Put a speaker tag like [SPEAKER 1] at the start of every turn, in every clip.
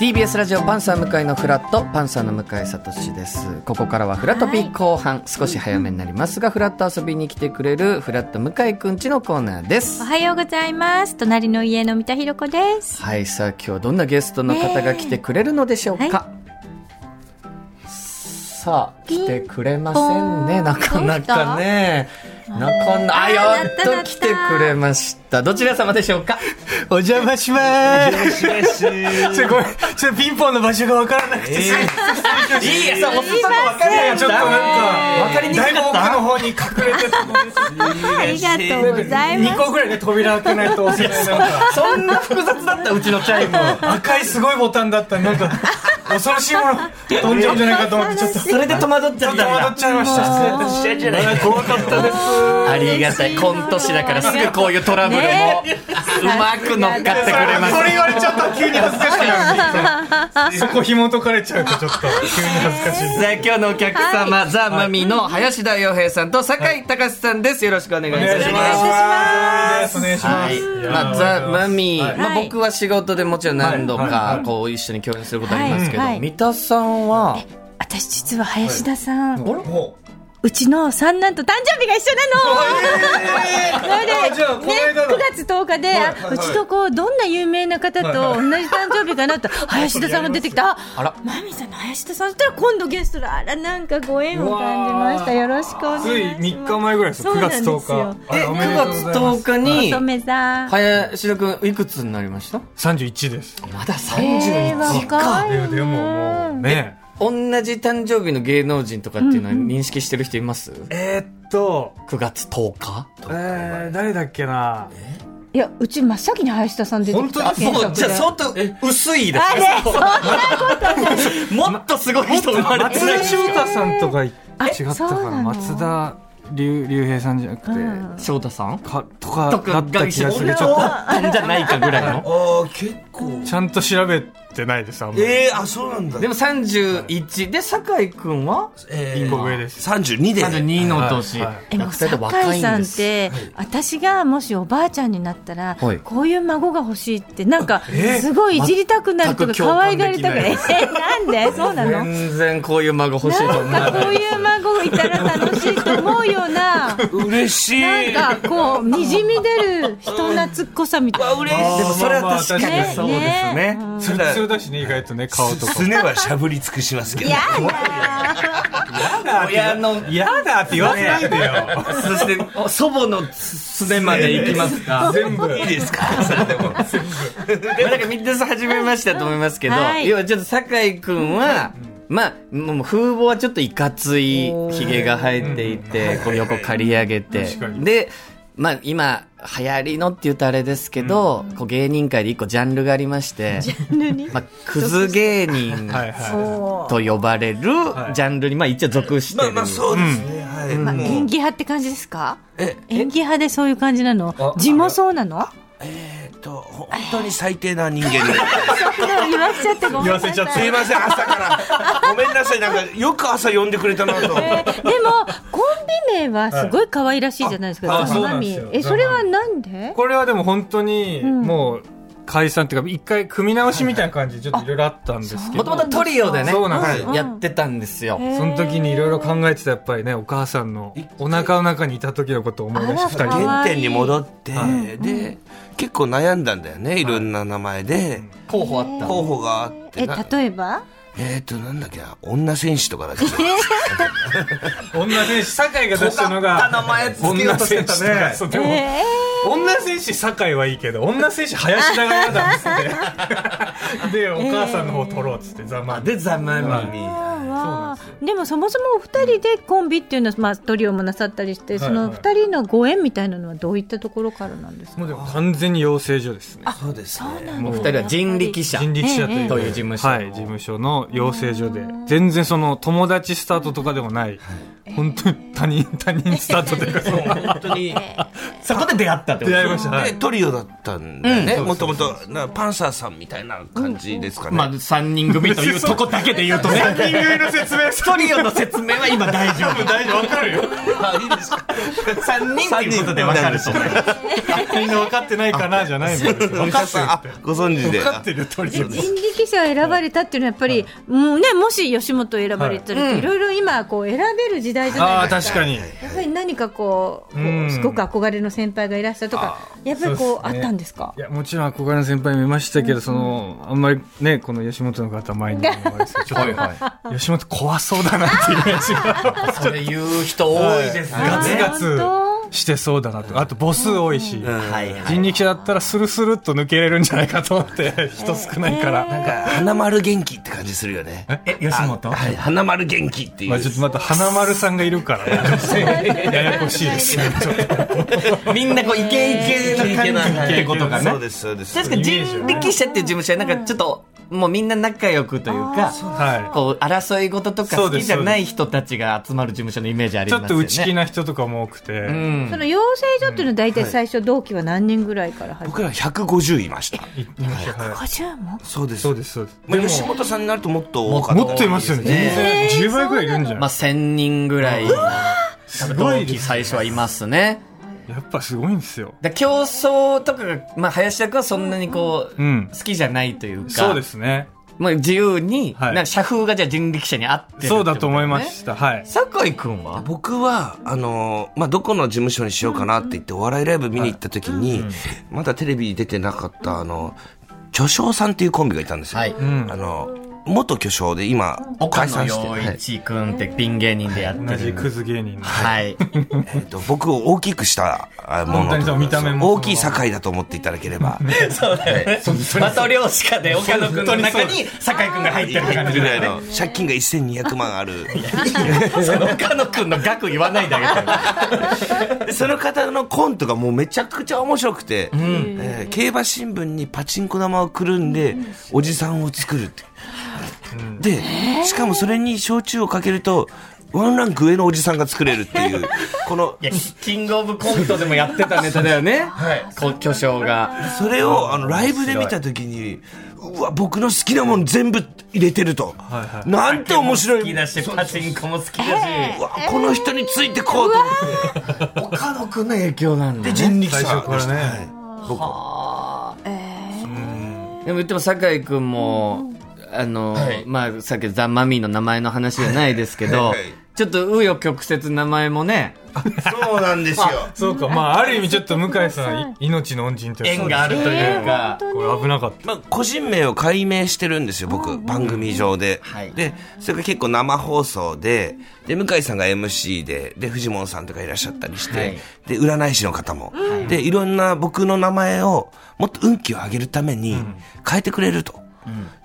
[SPEAKER 1] TBS ラジオパンサー向井のフラットパンサーの向井聡ですここからはフラトピー後半、少し早めになりますが、フラット遊びに来てくれるフラット向井くんちのコーナーです
[SPEAKER 2] おはようございます。隣の家の三田寛子です。
[SPEAKER 1] はいさあ今日はどんなゲストの方が来てくれるのでしょうか、
[SPEAKER 2] ねは
[SPEAKER 1] さあ来てくれませんねなかなかねなかなあ
[SPEAKER 2] あー
[SPEAKER 1] や
[SPEAKER 2] な
[SPEAKER 1] っ
[SPEAKER 2] ったな
[SPEAKER 1] と
[SPEAKER 2] った
[SPEAKER 1] 来てくれましたどちら様でしょうか
[SPEAKER 3] お邪魔しまーす。 ちょ、ごめん。ちょ、ピンポンの場所がわからなくて。
[SPEAKER 1] いいやさおすそ分かん
[SPEAKER 3] ちょっとなんか、
[SPEAKER 1] わかりにく
[SPEAKER 3] だ
[SPEAKER 1] か
[SPEAKER 3] いぶ
[SPEAKER 1] っ
[SPEAKER 3] 奥
[SPEAKER 1] た
[SPEAKER 3] の方に隠れて
[SPEAKER 2] ありがとうございま
[SPEAKER 3] 2個ぐらいで扉開けないと押せな い。なんか、
[SPEAKER 1] そんな複雑だったうちのチャイム
[SPEAKER 3] 赤いすごいボタンだった。なんか、恐ろしいもの飛んじゃうんじゃないかと思って、ちょっと、ち
[SPEAKER 1] それで戸惑っち
[SPEAKER 3] ょ
[SPEAKER 1] ゃ
[SPEAKER 3] っ
[SPEAKER 1] っ
[SPEAKER 3] と戸
[SPEAKER 1] たん
[SPEAKER 3] 惑っ
[SPEAKER 1] だ
[SPEAKER 3] ちゃいました。失礼いたしました。怖かったです。
[SPEAKER 1] ありがたいコント師だからすぐこういうトラブルもうまく乗っかってくれます
[SPEAKER 3] それ言われちゃったら急に恥ずかしくなる。そこ紐解かれちゃうとちょっと、急に恥ずかしい。
[SPEAKER 1] さあ今日のお客様、ザ・マミィの林田洋平さんと酒井隆さんですよろしくお願いい
[SPEAKER 3] お願
[SPEAKER 1] た
[SPEAKER 3] い
[SPEAKER 1] し
[SPEAKER 3] し
[SPEAKER 1] ます
[SPEAKER 3] ます。お願いしま
[SPEAKER 1] はい
[SPEAKER 3] す。
[SPEAKER 1] まあ、ザ・マミィ、まあ、
[SPEAKER 2] はい
[SPEAKER 1] 僕は仕事でもちろん何度
[SPEAKER 3] はいはい
[SPEAKER 1] か
[SPEAKER 3] はい
[SPEAKER 1] こう一緒に共演することありますけど、
[SPEAKER 2] はいはい
[SPEAKER 1] 三田さんは
[SPEAKER 2] す。私実は林田さん、
[SPEAKER 3] あれもう
[SPEAKER 2] うちの三男と誕生日が一緒なの。なので、ね、
[SPEAKER 3] あじゃあこの間だ
[SPEAKER 2] 九月十日で、
[SPEAKER 3] はいは
[SPEAKER 2] あ
[SPEAKER 3] いはいう
[SPEAKER 2] ちとこうどんな有名な方と同じ誕生日かなと林田さんが出てきた。
[SPEAKER 1] あら
[SPEAKER 2] マミさんの林田さんそしたら今度ゲストであらなんかご縁を感じました。よろしくお願いします。
[SPEAKER 3] つい3日前ぐらいですよ
[SPEAKER 2] そう
[SPEAKER 3] 9
[SPEAKER 2] なんで
[SPEAKER 3] 月
[SPEAKER 2] すよ
[SPEAKER 3] 10日
[SPEAKER 1] え
[SPEAKER 3] あおめでとうございま
[SPEAKER 1] 9
[SPEAKER 3] す
[SPEAKER 1] 月10
[SPEAKER 2] 乙
[SPEAKER 1] 日に
[SPEAKER 2] 女さん。
[SPEAKER 1] 林田君いくつになりました
[SPEAKER 3] 31です
[SPEAKER 1] まだ
[SPEAKER 2] えー
[SPEAKER 1] 31
[SPEAKER 2] 若い
[SPEAKER 3] ででももうね
[SPEAKER 1] 同じ誕生日の芸能人とかっていうのは認識してる人います、
[SPEAKER 3] えーっと
[SPEAKER 1] ?9 月10日
[SPEAKER 3] えー誰だっけない
[SPEAKER 2] や、うち真っ先に林田さん出てきた。
[SPEAKER 3] 本当ですか
[SPEAKER 2] 検
[SPEAKER 1] も
[SPEAKER 2] 索で
[SPEAKER 1] うじゃあ相当薄いで
[SPEAKER 2] あれそんな
[SPEAKER 1] すもっとすごい人生まれて
[SPEAKER 3] 松
[SPEAKER 1] ない
[SPEAKER 3] 田
[SPEAKER 1] ですか
[SPEAKER 3] 翔太さんとか違った
[SPEAKER 2] そう
[SPEAKER 3] か
[SPEAKER 2] なの
[SPEAKER 3] な松田龍龍平さんじゃなくて
[SPEAKER 2] ん
[SPEAKER 1] 翔太さん
[SPEAKER 3] かとかだった気がするち
[SPEAKER 1] ちょ
[SPEAKER 3] ょ
[SPEAKER 1] っ
[SPEAKER 3] っ
[SPEAKER 1] とあったんじゃないかぐらい の
[SPEAKER 4] ああ結構
[SPEAKER 3] とちゃんと調べてないですあんまり
[SPEAKER 4] ええー、あそうなんだ
[SPEAKER 1] でも31で酒井君は
[SPEAKER 4] え
[SPEAKER 3] 一
[SPEAKER 4] ー
[SPEAKER 3] 個上です
[SPEAKER 4] 32で
[SPEAKER 1] 32の年、
[SPEAKER 3] はいはい
[SPEAKER 2] えもう
[SPEAKER 1] 二人とも若
[SPEAKER 2] 酒
[SPEAKER 1] い
[SPEAKER 2] 井
[SPEAKER 1] ん
[SPEAKER 2] さん
[SPEAKER 1] で
[SPEAKER 2] っ
[SPEAKER 1] す
[SPEAKER 2] て、私がもしおばあちゃんになったら、
[SPEAKER 1] はい
[SPEAKER 2] こういう孫が欲しいってなんか
[SPEAKER 3] え
[SPEAKER 2] すごいいじりたくなるとか
[SPEAKER 1] 全く共
[SPEAKER 2] 可愛
[SPEAKER 1] 感で
[SPEAKER 2] がり
[SPEAKER 1] き
[SPEAKER 2] た
[SPEAKER 1] な
[SPEAKER 2] く
[SPEAKER 1] い
[SPEAKER 2] なるえなんで そうなの
[SPEAKER 1] 全然こういう孫欲しいと思う
[SPEAKER 2] なんかこういう孫いたら楽しいと思うよう な
[SPEAKER 4] 嬉しい
[SPEAKER 2] なんかこうにじみ出る人懐っこさみたいな。
[SPEAKER 4] 嬉しいでもそれは確かに
[SPEAKER 3] まあ
[SPEAKER 2] ね
[SPEAKER 3] まあ そうです
[SPEAKER 2] ね
[SPEAKER 3] ね
[SPEAKER 2] うん
[SPEAKER 3] ツルツルだしね意外とね顔とか
[SPEAKER 4] すねはしゃぶり尽くしますけど
[SPEAKER 2] やだ
[SPEAKER 1] 親の
[SPEAKER 3] やだって言わせないでよ
[SPEAKER 1] そしてお祖母のすねまで行きます か
[SPEAKER 3] 全部
[SPEAKER 4] いいですかそれでも
[SPEAKER 1] まあだからみんなさん初めましてだと思いますけど、
[SPEAKER 2] はい
[SPEAKER 1] 要はちょっと酒井君は、まあもう風貌はちょっといかついひげが生えていて、こう横刈り上げて、
[SPEAKER 3] 確かに
[SPEAKER 1] でまあ今流行りのって言うとあれですけど、こう芸人界で一個ジャンルがありまして、まあ、クズ芸人
[SPEAKER 3] はいは
[SPEAKER 2] も
[SPEAKER 1] と呼ばれるジ
[SPEAKER 3] い
[SPEAKER 1] ャンルに、まあ、一応属して
[SPEAKER 4] まあ
[SPEAKER 1] る、
[SPEAKER 4] まあそうですね、はい、
[SPEAKER 2] う
[SPEAKER 4] も う
[SPEAKER 2] 演技派って感じですか演技派でそういう感じなの字もそうなの
[SPEAKER 4] えーっと本当に最低な人間 で
[SPEAKER 2] でも言わせちゃってごめんなさい
[SPEAKER 3] 言わせちゃっ
[SPEAKER 4] す
[SPEAKER 3] て
[SPEAKER 4] いません朝からごめんなさいなんかよく朝呼んでくれたなと
[SPEAKER 2] えーでもコンビ名はすごい可愛らしいじゃないですか、
[SPEAKER 3] はいあ
[SPEAKER 2] ザ・マ
[SPEAKER 3] あ
[SPEAKER 2] ミ
[SPEAKER 3] そうなん
[SPEAKER 2] ィ
[SPEAKER 3] です
[SPEAKER 2] え
[SPEAKER 3] よ
[SPEAKER 2] それはなんで
[SPEAKER 3] いこれはでも本当に
[SPEAKER 2] ん
[SPEAKER 3] もう解散っていうか一回組み直しみたいな感じでちょっといろいろあったんですけ
[SPEAKER 1] も
[SPEAKER 3] ど
[SPEAKER 1] ともとトリオでね
[SPEAKER 3] そうなんです
[SPEAKER 4] よ
[SPEAKER 1] やってたんですよ、
[SPEAKER 3] その時にいろいろ考えてたやっぱりねお母さんのお腹の中にいた時のことを思い出し
[SPEAKER 2] あ
[SPEAKER 3] て
[SPEAKER 2] ら
[SPEAKER 3] 二
[SPEAKER 2] かわい
[SPEAKER 3] 人
[SPEAKER 2] い
[SPEAKER 4] 原点に戻って、で結構悩んだんだよねいろんな名前で、
[SPEAKER 1] 候補あった
[SPEAKER 4] 候補があって
[SPEAKER 2] え
[SPEAKER 4] な
[SPEAKER 2] 例えば
[SPEAKER 4] えー、っとなんだっけな女戦士とかだっけ
[SPEAKER 3] 女選手酒井が出したのが女選手とか そうでも
[SPEAKER 2] え
[SPEAKER 3] 女選手酒井はいいけど女選手林田が嫌だっつって でお母さんの方取ろうっつってざまあ
[SPEAKER 1] でザ・マミィ
[SPEAKER 2] ーわーでもそもそもお二人でコンビっていうのは、まあ、トリオもなさったりして、
[SPEAKER 3] はいは
[SPEAKER 2] そ
[SPEAKER 3] い
[SPEAKER 2] の二人のご縁みたいなのはどういったところからなんですか
[SPEAKER 3] もうでも完全に養成所ですね
[SPEAKER 4] そうですね
[SPEAKER 1] もう二人は人力車
[SPEAKER 3] 人力
[SPEAKER 1] と
[SPEAKER 3] 車と
[SPEAKER 1] い
[SPEAKER 3] いうう
[SPEAKER 1] 事務所
[SPEAKER 3] はい、事務所の養成所で全然その友達スタートとかでもない本当に他人他人スタートというかそう
[SPEAKER 4] 本当 に
[SPEAKER 1] そこで出会ったって
[SPEAKER 3] 出会いましたは
[SPEAKER 4] で
[SPEAKER 3] い
[SPEAKER 4] トリオだったんだよね、もともとなパンサーさんみたいな感じですかね、
[SPEAKER 1] まあ、3人組というとこだけで言うとね。
[SPEAKER 3] 人組の説明
[SPEAKER 1] ストリオの説明は今大丈
[SPEAKER 3] 多分大丈夫わかるよ
[SPEAKER 4] あいいですか
[SPEAKER 1] 夫。3人っていうことでわかると思います。
[SPEAKER 3] みんな分かってないかなじゃないのよ分かってる
[SPEAKER 4] あご存知
[SPEAKER 3] 分
[SPEAKER 4] で
[SPEAKER 3] かってるよとりあえず
[SPEAKER 2] 人力車を選ばれたっていうのはやっぱり、もうね、もし吉本を選ばれたら、いろいろ今こう選べる時代じゃ
[SPEAKER 3] あ
[SPEAKER 2] ない
[SPEAKER 3] あ
[SPEAKER 2] です
[SPEAKER 3] 確
[SPEAKER 2] か。
[SPEAKER 3] かに
[SPEAKER 2] やっぱり何かこう、こう
[SPEAKER 3] うん
[SPEAKER 2] すごく憧れの先輩がいらっしゃるとか、やっぱりこう
[SPEAKER 3] そうです
[SPEAKER 2] あ
[SPEAKER 3] ね
[SPEAKER 2] ったんですか
[SPEAKER 3] い。やもちろん憧れの先輩見ましたけど、そのあんまりねこの吉本の方前に言うのもあれですけどちょっと 吉本怖そうだなっていうイメージ が
[SPEAKER 1] それ言う人多いですよね。
[SPEAKER 3] ガツガツ
[SPEAKER 2] 本
[SPEAKER 3] してそうだなとあと母数多いし、
[SPEAKER 1] はいはい
[SPEAKER 3] 人力車だったらスルスルっと抜けれるんじゃないかと思って人少ないから、
[SPEAKER 4] なんか花丸元気って感じするよね
[SPEAKER 1] え、吉本
[SPEAKER 4] はい花丸元気っていう、
[SPEAKER 3] まあ、ちょっとまた花丸さんがいるからね女性ややこしいですねちょっと
[SPEAKER 1] みんなこうイケイケな感じってことかね
[SPEAKER 4] そう。ですそうです
[SPEAKER 1] 確かに人力車っていう事務所はなんかちょっと、もうみんな仲良くというか、
[SPEAKER 3] は
[SPEAKER 1] こう争い事とか好きじゃない人たちが集まる事務所のイメージあ
[SPEAKER 3] い
[SPEAKER 1] り
[SPEAKER 3] ち
[SPEAKER 1] ま
[SPEAKER 3] ょ
[SPEAKER 1] す
[SPEAKER 3] っ
[SPEAKER 1] よね。
[SPEAKER 3] と内気な人とかも多くて、
[SPEAKER 1] うん
[SPEAKER 2] その養成所っていうのは大体最初同期は何人ぐらいから始ま
[SPEAKER 4] 僕
[SPEAKER 2] る。
[SPEAKER 4] ら150いました
[SPEAKER 3] いいましたはい
[SPEAKER 2] 五十も。
[SPEAKER 4] そうです
[SPEAKER 3] そうですそうです
[SPEAKER 4] まあ、
[SPEAKER 3] でも
[SPEAKER 4] 吉本さんになるともっと多かった
[SPEAKER 3] もっといますよね全然10倍ぐらいいるんじゃない、
[SPEAKER 1] まあ、1000人ぐらい、
[SPEAKER 3] すご
[SPEAKER 1] 同
[SPEAKER 3] い
[SPEAKER 1] 期
[SPEAKER 3] です
[SPEAKER 1] 最初はいますね。
[SPEAKER 3] やっぱすごいんですよ
[SPEAKER 1] だから競争とかが、まあ、林田君はそんなにこう、
[SPEAKER 3] うん
[SPEAKER 1] 好きじゃないというか、
[SPEAKER 3] そうですね
[SPEAKER 1] もう自由に、
[SPEAKER 3] はい
[SPEAKER 1] なんか社風がじゃあ人力車に合ってるって
[SPEAKER 3] そう
[SPEAKER 1] こ
[SPEAKER 3] だ
[SPEAKER 1] ね
[SPEAKER 3] と思いま。したはい
[SPEAKER 1] 酒井君は
[SPEAKER 4] 僕はあのーまあ、どこの事務所にしようかなって言ってお笑いライブ見に行った時に、まだテレビに出てなかったあの巨匠さんっていうコンビがいたんですよ、
[SPEAKER 1] はい
[SPEAKER 3] ん
[SPEAKER 4] あの元巨匠で今
[SPEAKER 1] 岡
[SPEAKER 4] 解
[SPEAKER 1] 野
[SPEAKER 4] 散して、
[SPEAKER 1] 陽
[SPEAKER 4] はい
[SPEAKER 1] 一君ってピン芸人でやってる。
[SPEAKER 3] 同じクズ芸人の
[SPEAKER 1] はい。
[SPEAKER 4] えっと僕を大きくしたあも
[SPEAKER 3] 本当にそう
[SPEAKER 4] の
[SPEAKER 3] 見た目も
[SPEAKER 4] 大きい堺だと思っていただければ
[SPEAKER 1] そうだよね。 マトリョーシカで岡野君の中に酒井君が入ってる感じ
[SPEAKER 4] ぐらいの借金が1200万あ る
[SPEAKER 1] その岡野君の額言わないであ
[SPEAKER 4] でその方のコントがもうめちゃくちゃ面白くて、えー競馬新聞にパチンコ玉をくるんで、おじさんを作るって。で、しかもそれに焼酎をかけると、ワンランク上のおじさんが作れるっていう、この、
[SPEAKER 1] げてよ。いや、キングオブコントでもやってたネタだよね。はい。巨匠が。
[SPEAKER 4] それをあのライブで見た時に、うわ、僕の好きなもの全部入れてると。なんて面白
[SPEAKER 1] 好き
[SPEAKER 4] い。
[SPEAKER 1] だし、パチンコも好きだし。
[SPEAKER 4] うわ、この人についてこうと思
[SPEAKER 1] 岡野君の影響なんだ
[SPEAKER 4] って、人力
[SPEAKER 3] 最
[SPEAKER 4] 車
[SPEAKER 3] 初
[SPEAKER 4] で
[SPEAKER 3] から
[SPEAKER 4] した。
[SPEAKER 3] ね
[SPEAKER 4] はい僕
[SPEAKER 1] でも言っても酒井君も、あの、まあ、さっきザ・マミーの名前の話じゃないですけど、
[SPEAKER 4] はいはい
[SPEAKER 1] ちょっと紆余曲折名前もね、
[SPEAKER 4] そうなん ですよ。
[SPEAKER 3] そうかまあある意味ちょっと向井さんい命の恩人というか
[SPEAKER 1] 縁があるというか、
[SPEAKER 3] これ危なかっ
[SPEAKER 4] まあ、個人名を解明してるんですよ、僕、番組上で。
[SPEAKER 1] はい
[SPEAKER 4] で、それが結構生放送で、で、向井さんが MC で、で、藤本さんとかいらっしゃったりして、
[SPEAKER 1] はい
[SPEAKER 4] で、占い師の方も、で、いろんな僕の名前を、もっと運気を上げるために、変えてくれると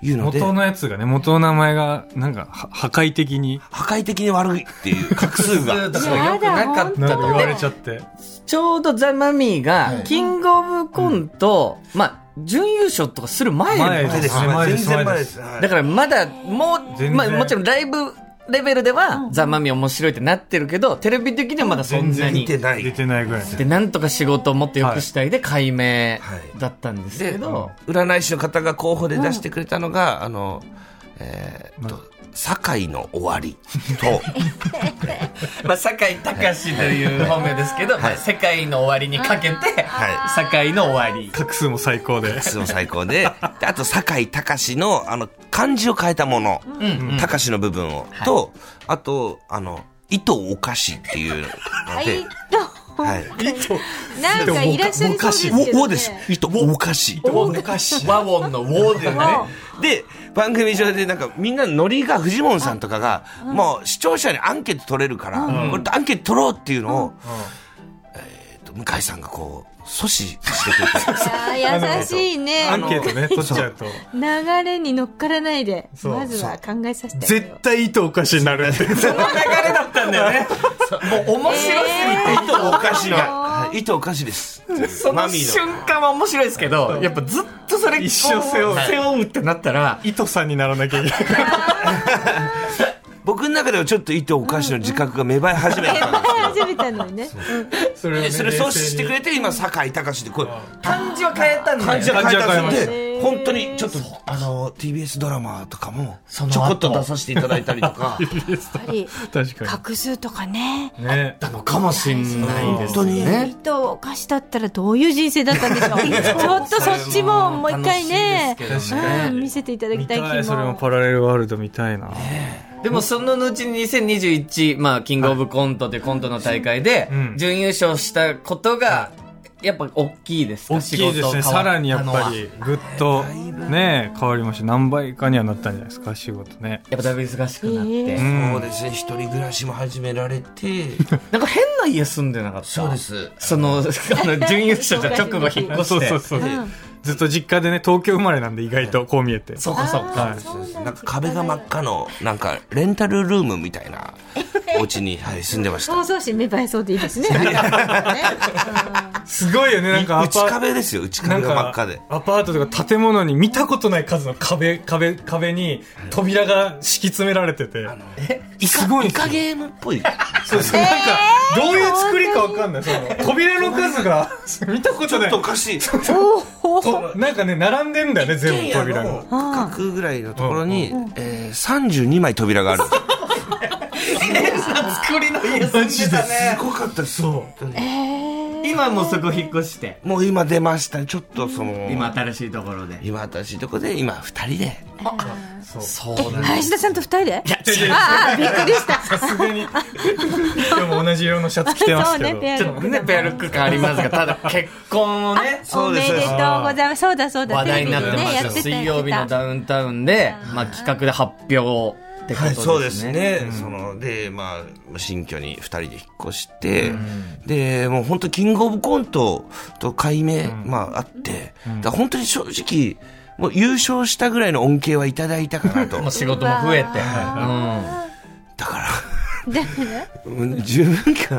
[SPEAKER 4] いう
[SPEAKER 3] た
[SPEAKER 4] ので、
[SPEAKER 3] 元のやつがね元の名前がなんかは破壊的に
[SPEAKER 4] 破壊的に悪いっていう画数 が。
[SPEAKER 1] だから良くなかっ
[SPEAKER 3] なん
[SPEAKER 1] た
[SPEAKER 3] か
[SPEAKER 1] と
[SPEAKER 3] 言
[SPEAKER 1] ね
[SPEAKER 3] われちゃって
[SPEAKER 1] ちょうどザ・マミーが、キングオブコント、まあ、準優勝とかする前
[SPEAKER 3] 前
[SPEAKER 1] の
[SPEAKER 3] で
[SPEAKER 4] 前です
[SPEAKER 3] す前で
[SPEAKER 4] 全
[SPEAKER 3] す
[SPEAKER 4] 然前
[SPEAKER 3] 前
[SPEAKER 4] で
[SPEAKER 3] ですす。
[SPEAKER 4] はい
[SPEAKER 1] だからまだ、もう、
[SPEAKER 3] 全然
[SPEAKER 1] まあ、もちろんライブレベルでは、ザ・マミー面白いってなってるけど、テレビ的にはまだそんな
[SPEAKER 4] 見
[SPEAKER 1] に。
[SPEAKER 4] てない
[SPEAKER 3] 出。てないぐらい
[SPEAKER 1] で、なんとか仕事をもっと良くしたいで、解明だったんですけ
[SPEAKER 4] で、
[SPEAKER 1] ど、
[SPEAKER 4] 占い師の方が候補で出してくれたのが、あの、えーっと、堺の終わりと、
[SPEAKER 1] まあ、堺隆という本名ですけど、まあ世界の終わりにかけて、
[SPEAKER 4] は
[SPEAKER 1] 堺の終わり。
[SPEAKER 3] 画数も最高で
[SPEAKER 4] 質も最高で、であと、酒井隆の、あの、漢字を変えたもの、隆、の部分を、と、あと、あの、糸お菓子っていうの
[SPEAKER 2] え
[SPEAKER 4] で
[SPEAKER 2] っ、と、
[SPEAKER 4] はい。
[SPEAKER 2] なんかいらっしゃりそうですけど、ね。
[SPEAKER 4] お、おです。糸お菓子。
[SPEAKER 1] 和音の和でね。
[SPEAKER 4] で、番組上でなんかみんなノリがフジモンさんとかが、もう視聴者にアンケート取れるから、俺とアンケート取ろうっていうのを、えーっと、向井さんがこう、阻止してくれて。
[SPEAKER 2] あー優しいね。
[SPEAKER 3] アンケートね取っちゃうと
[SPEAKER 2] 流れに乗っからないで、
[SPEAKER 3] そう
[SPEAKER 2] まずは考えさせてあげよ
[SPEAKER 3] 絶対糸おかしになる って
[SPEAKER 1] もう面白すぎて、
[SPEAKER 4] 糸お菓子が、はい糸お菓子です。
[SPEAKER 1] その
[SPEAKER 4] マミー
[SPEAKER 1] 瞬間は面白いですけど、やっぱずっとそれ
[SPEAKER 3] 一生背負う
[SPEAKER 1] こ背負うってなったら、
[SPEAKER 3] 糸さんにならなきゃいけない
[SPEAKER 4] 僕の中ではちょっと糸お菓子の自覚が芽生え始めたんで
[SPEAKER 2] 始めたのにね。
[SPEAKER 3] それをね
[SPEAKER 4] すでそれ阻止してく
[SPEAKER 3] 冷
[SPEAKER 4] れて今酒井隆でこう
[SPEAKER 1] 漢字は変えたんだよ
[SPEAKER 4] 漢字
[SPEAKER 1] ね。
[SPEAKER 4] が書いてあるん
[SPEAKER 3] 漢字が書いてあ
[SPEAKER 4] で
[SPEAKER 3] る
[SPEAKER 4] え本当にちょっと、あの、TBS ドラマとかも、ち
[SPEAKER 1] その後
[SPEAKER 4] ょこっと出させていただいたりとか、
[SPEAKER 2] やっぱり
[SPEAKER 3] 確か
[SPEAKER 2] 画数とかね
[SPEAKER 3] に。ね。
[SPEAKER 1] たのかもしんないで
[SPEAKER 4] 本
[SPEAKER 1] す
[SPEAKER 4] 当に。
[SPEAKER 1] ね。
[SPEAKER 2] 人お菓子だったらどういう人生だったんでしょうちょっとそっちももう一回ね
[SPEAKER 1] 楽しいですけどね
[SPEAKER 2] うん、見せていただき
[SPEAKER 3] 見
[SPEAKER 2] たい気
[SPEAKER 3] たい、それも
[SPEAKER 2] も
[SPEAKER 3] パラレルワールド見たいな。
[SPEAKER 1] でもその後に2021、まあ、キングオブコントというコントの大会で
[SPEAKER 3] うん、
[SPEAKER 1] 準優勝したことが、やっぱ大きいですか
[SPEAKER 3] 大きいですね。さらにやっぱ。り、ぐっと、ね、変わりました。何倍かにはなったんじゃないですか、仕事ね。
[SPEAKER 1] 仕事変わやっぱだいぶ忙しくなっ
[SPEAKER 2] え
[SPEAKER 1] て。
[SPEAKER 3] ん
[SPEAKER 4] そうですね、一人暮らしも始められて、
[SPEAKER 1] なんか変な家住んでなかった。
[SPEAKER 4] そうで。す。
[SPEAKER 1] そ の、あの、準優勝した直後引っ越し
[SPEAKER 3] そう
[SPEAKER 1] て。
[SPEAKER 3] そうそう。ずっと実家でね、東京生まれなんで意外とこう見えて。
[SPEAKER 1] そうかそうか。
[SPEAKER 2] そうなんだ
[SPEAKER 4] なんか壁が真っ赤の、なんか、レンタルルームみたいな、お家に、はい、住んでました。
[SPEAKER 2] 想像心芽生えそうでいいですねね
[SPEAKER 3] すごいよね、なんかア
[SPEAKER 4] 内
[SPEAKER 3] パ
[SPEAKER 4] 壁ですよ、内
[SPEAKER 3] な
[SPEAKER 4] 壁
[SPEAKER 3] ん
[SPEAKER 4] が真っ
[SPEAKER 3] か
[SPEAKER 4] 赤で。
[SPEAKER 3] アパートとか建物に見たことない数の壁、壁、壁に扉が敷き詰められてて。 すごいん
[SPEAKER 4] イ
[SPEAKER 3] ですよ
[SPEAKER 4] カゲームっぽい。
[SPEAKER 3] そうそうなんか、どういう作りかわかんない。その、扉の数が、見たこ
[SPEAKER 4] ち
[SPEAKER 3] と
[SPEAKER 4] ょ
[SPEAKER 3] な
[SPEAKER 4] っ
[SPEAKER 3] い
[SPEAKER 4] とお。かしい。
[SPEAKER 3] となんかね、並んでんだよね、全部扉が。
[SPEAKER 4] 区画ぐらいのところに、えー、32枚扉 がある。
[SPEAKER 1] 作りの家住んでたね。
[SPEAKER 4] ごかったです。本当に
[SPEAKER 1] 今もうそこ引っ越して。
[SPEAKER 4] もう今出ましたね。ちょっとその、
[SPEAKER 1] 今新しいところで。
[SPEAKER 4] 今私のとこで、今二人で。
[SPEAKER 1] そうだね。
[SPEAKER 2] 林田さんと二人で
[SPEAKER 3] 違う違う
[SPEAKER 2] ああびっくりした
[SPEAKER 3] さすがに。今日も同じ色のシャツ着てますけ
[SPEAKER 2] そうね
[SPEAKER 3] ど。
[SPEAKER 2] ペア
[SPEAKER 1] ちょっとね、ペアルック感ありますが、ただ結婚をね、
[SPEAKER 2] おめでとうございますそうだそうだ
[SPEAKER 1] 話題になってま
[SPEAKER 2] テレビ
[SPEAKER 1] し
[SPEAKER 2] でね
[SPEAKER 1] た。
[SPEAKER 2] やってた
[SPEAKER 1] 水曜日
[SPEAKER 2] やっ
[SPEAKER 1] の
[SPEAKER 2] てた
[SPEAKER 1] ダウンタウンで、まあ企画で発表ってことですね。
[SPEAKER 4] そうですね。その、で、まあ、新居に二人で引っ越して、で、もう本当キングオブコントと改名、まああって、だから本当に正直、もう優勝したぐらいの恩恵はいただいたかなと。
[SPEAKER 1] もう仕事も増えて。
[SPEAKER 2] う
[SPEAKER 1] うん。
[SPEAKER 4] だから、
[SPEAKER 2] で
[SPEAKER 4] うん十分 か。
[SPEAKER 3] 違う違う違う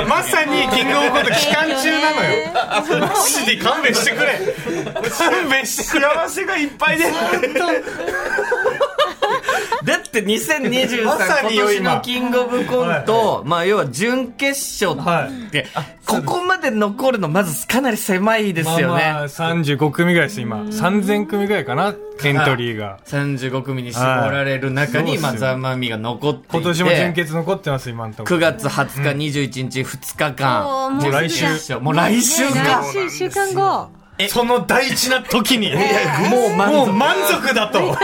[SPEAKER 3] 違う。まさにキングオブコント期間中なのよ。マジで勘弁してくれ。勘弁してくれ。幸せがいっぱいで。
[SPEAKER 1] だって2023、
[SPEAKER 3] まさ
[SPEAKER 1] 今
[SPEAKER 3] によ
[SPEAKER 1] 年
[SPEAKER 3] 今
[SPEAKER 1] のキングオブコント、まあ要は準決勝って、ここまで残るのまずかなり狭いです
[SPEAKER 3] まあ
[SPEAKER 1] よね。
[SPEAKER 3] まあ、35組ぐらいです、今。3000組ぐらいかな、エントリーが。
[SPEAKER 1] 35組に絞られる中
[SPEAKER 3] はい
[SPEAKER 1] に、まあ
[SPEAKER 3] そうっすよ
[SPEAKER 1] ザ・マミィが残っていて。
[SPEAKER 3] 今年も純潔残ってます、今のと
[SPEAKER 1] 9
[SPEAKER 3] ころ。
[SPEAKER 1] 月20日、21日、2日
[SPEAKER 2] おー
[SPEAKER 1] 間。
[SPEAKER 2] もう
[SPEAKER 3] 来週
[SPEAKER 1] 準決勝もう来週か。
[SPEAKER 2] 来週一週間後
[SPEAKER 3] その大事な時に、
[SPEAKER 1] もう満
[SPEAKER 3] もう
[SPEAKER 1] 足。
[SPEAKER 3] 満足だと。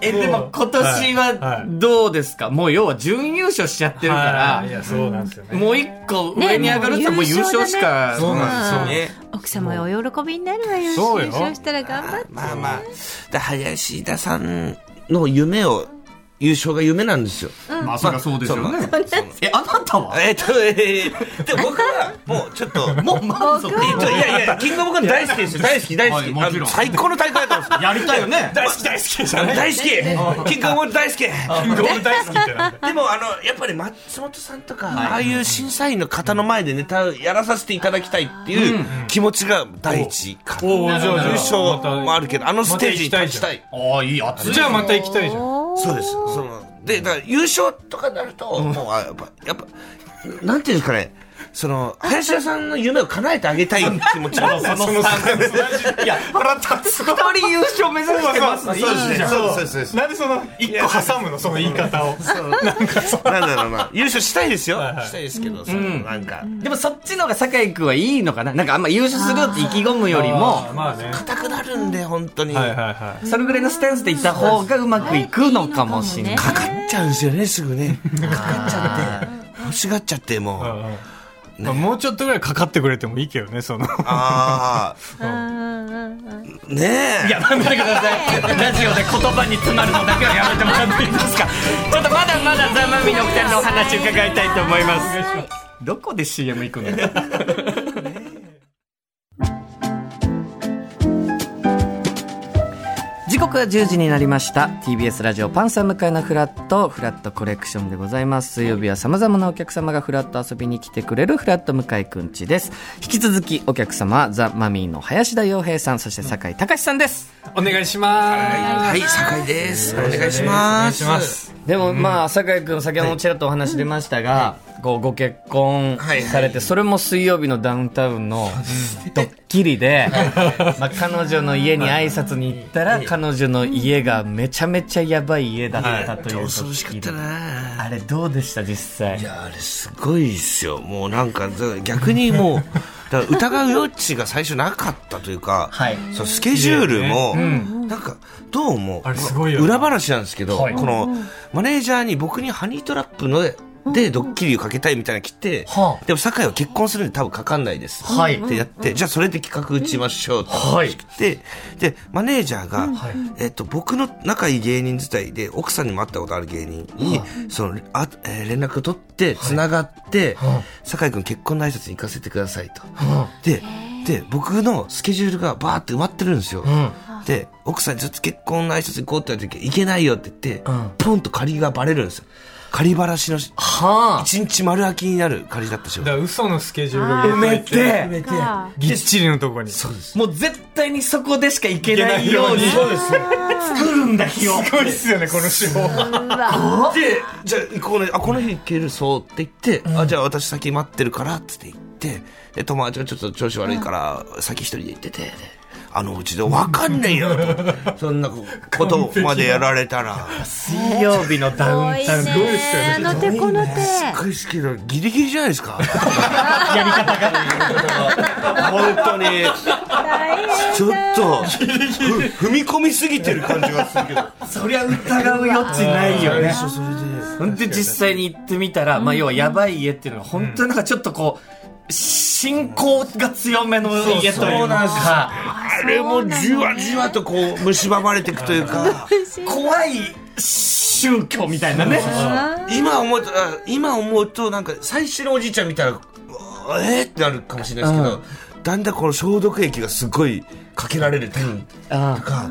[SPEAKER 1] え、でも今年
[SPEAKER 3] はいは
[SPEAKER 1] はいどうですかもう要は準優勝しちゃってるか
[SPEAKER 3] はいいや、そうなんですよ
[SPEAKER 1] ら、
[SPEAKER 3] ね。
[SPEAKER 1] もう一個上に上がるともう優勝しか。
[SPEAKER 3] そうなんですよ。
[SPEAKER 4] ね。
[SPEAKER 2] 奥様お喜びになるわよ
[SPEAKER 3] そうよ
[SPEAKER 2] 優勝したら頑張って
[SPEAKER 4] まあまあ、だ林田さんの夢を、優勝が夢なんですよ。
[SPEAKER 1] まあそりゃそうですよね。え、あなたは
[SPEAKER 4] えっと、えーで僕は、もうちょっと、もう、
[SPEAKER 1] 満足
[SPEAKER 4] えっといやいや、キングオブコント大好きですよ。大好き、大好
[SPEAKER 1] はい
[SPEAKER 4] き。
[SPEAKER 1] もちろん
[SPEAKER 4] あの最高の大会だったん
[SPEAKER 1] やりたいよね。
[SPEAKER 3] 大好き大好きじゃない。
[SPEAKER 4] ですよ。大好き。キングオブコント大好き。
[SPEAKER 3] キングオブ大好きってなんだ
[SPEAKER 4] でも、あの、やっぱり松本さんとか、ああいう審査員の方の前でネタやらさせていただきたいっていう気持ちが第一かな。
[SPEAKER 3] おーじゃあ
[SPEAKER 4] 優勝
[SPEAKER 3] また
[SPEAKER 4] もあるけど、あのステージに
[SPEAKER 3] また行きたい
[SPEAKER 4] 立
[SPEAKER 3] じ
[SPEAKER 4] ち
[SPEAKER 3] ゃん
[SPEAKER 4] たい。
[SPEAKER 1] ああ、いい、熱い。
[SPEAKER 3] じゃあまた行きたいじゃん。
[SPEAKER 4] そうです。そので、だから優勝とかになると、もう、あやっぱ、やっぱ、なんていうんですかね、その、林田さんの夢を叶えてあげたい気持ちが。
[SPEAKER 1] その3いや、腹立つ。二人優勝目指してますね。いいじゃん。
[SPEAKER 4] そうそうそうそう
[SPEAKER 3] なんでその一個挟むのその言い方を
[SPEAKER 4] なんだろうな。優勝したいですよ。したいですけど、そのなんか、
[SPEAKER 1] でもそっちの方が酒井君はいいのかななんかあんま優勝するって意気込むよりも、
[SPEAKER 3] まあね
[SPEAKER 4] 硬くなるんで、本当に。
[SPEAKER 3] はい
[SPEAKER 4] か
[SPEAKER 3] はいは
[SPEAKER 1] それぐらいのスタンスでいた方がうまくいくのかもしれない。
[SPEAKER 4] かっちゃうんですよね、すぐね。かかっちゃって。欲しがっちゃって、もう。
[SPEAKER 3] い、うんまあ、もうちょっとぐらいかかってくれてもいいけどねその
[SPEAKER 4] あ
[SPEAKER 2] うんうんうん
[SPEAKER 4] あ、ねえ。
[SPEAKER 1] いや、待ってください。ラジオで言葉に詰まるのだけはやめてもらっていいですか。ちょっとまだまだザ・マミィのお二人のお話伺いたいと思います。どこで CM 行くの時刻は10時になりました TBS ラジオパンサー向かいのフラットフラットコレクションでございます水曜日はさまざまなお客様がフラット遊びに来てくれるフラット向井くんちです引き続きお客様はザ・マミィの林田洋平さんそして酒井隆さんです
[SPEAKER 3] お願いしま
[SPEAKER 4] はい、酒井です。お願いします。
[SPEAKER 3] お願いします
[SPEAKER 1] でもまあ酒井君先ほどもちらっとお話出ましたが、こうご結婚されて、それも水曜日のダウンタウンのドッキリで、まあ、彼女の家に挨拶に行ったら、彼女の家がめちゃめちゃやばい家だったというド
[SPEAKER 4] 恐ろし
[SPEAKER 1] ッ
[SPEAKER 4] か
[SPEAKER 1] キ
[SPEAKER 4] っ
[SPEAKER 1] リ
[SPEAKER 4] たな
[SPEAKER 1] あれどうでした実際
[SPEAKER 4] いやあれすごいですよもうなんかだ逆にもうだから疑う余地が最初なかったというか、
[SPEAKER 1] はい
[SPEAKER 4] そのスケジュール
[SPEAKER 3] い
[SPEAKER 4] も、
[SPEAKER 3] いよね
[SPEAKER 4] なんかどうも
[SPEAKER 3] あれすごいよね
[SPEAKER 4] 裏話なんですけど、
[SPEAKER 3] はい
[SPEAKER 4] このマネージャーに僕にハニートラップのでドッキリをかけたいみたいなの来て、
[SPEAKER 1] はあ
[SPEAKER 4] でも酒井は結婚するんで多分かかんないです、
[SPEAKER 1] はい
[SPEAKER 4] ってやって、じゃあそれで企画打ちましょうって
[SPEAKER 1] はい
[SPEAKER 4] ででマネージャーが、
[SPEAKER 3] い
[SPEAKER 4] えっと僕の仲いい芸人自体で奥さんにも会ったことある芸人に、そのあえー連絡を取ってつながって、酒井君結婚の挨拶に行かせてくださいと、でで僕のスケジュールがバーって埋まってるんですよ、で奥さんにずっと結婚の挨拶行こうって言われた時行けないよって言って、ポンと仮がバレるんですよ仮ばらしの
[SPEAKER 1] は
[SPEAKER 4] 一日丸空きになる仮だったし
[SPEAKER 3] だから嘘のスケジュールを入れとい
[SPEAKER 1] 埋
[SPEAKER 2] そっか
[SPEAKER 3] ぎっちりのとこに
[SPEAKER 4] そうです
[SPEAKER 1] あもう絶対にそこでしか行けないように
[SPEAKER 3] そうです
[SPEAKER 1] 作るんだ日を
[SPEAKER 3] すごいっすよねこの手法
[SPEAKER 4] で、じゃあ、この、あ、この日行けるそうって言って、あ、じゃあ私先待ってるからって言って、で、友達がちょっと調子悪いから、先一人で行ってて、であのうちでわかんねえよ と、そんなことまでやられたら、す
[SPEAKER 1] 水曜日のダウンタウン
[SPEAKER 2] すごいねあの手この手
[SPEAKER 4] っごいですけど、ギリギリじゃないですか。本当に、
[SPEAKER 2] 大変
[SPEAKER 4] ちょっと、ふ踏み込みすぎてる感じがするけど。
[SPEAKER 1] そりゃ疑う余地ないよね
[SPEAKER 4] それで。
[SPEAKER 1] ほんで実際に行ってみたら、まあ要はやばい家っていうのは本当になんかちょっとこう信仰が強めの家というか
[SPEAKER 4] あれもじわじわとこう、蝕まれていくというか。
[SPEAKER 1] 怖い宗教みたいなね
[SPEAKER 4] 今思うと、あ今思うと、なんか、最初のおじいちゃん見たら、うわえー、ってなるかもしれないですけど、だんだんこの消毒液がすごいかけられるという
[SPEAKER 1] あ
[SPEAKER 4] か、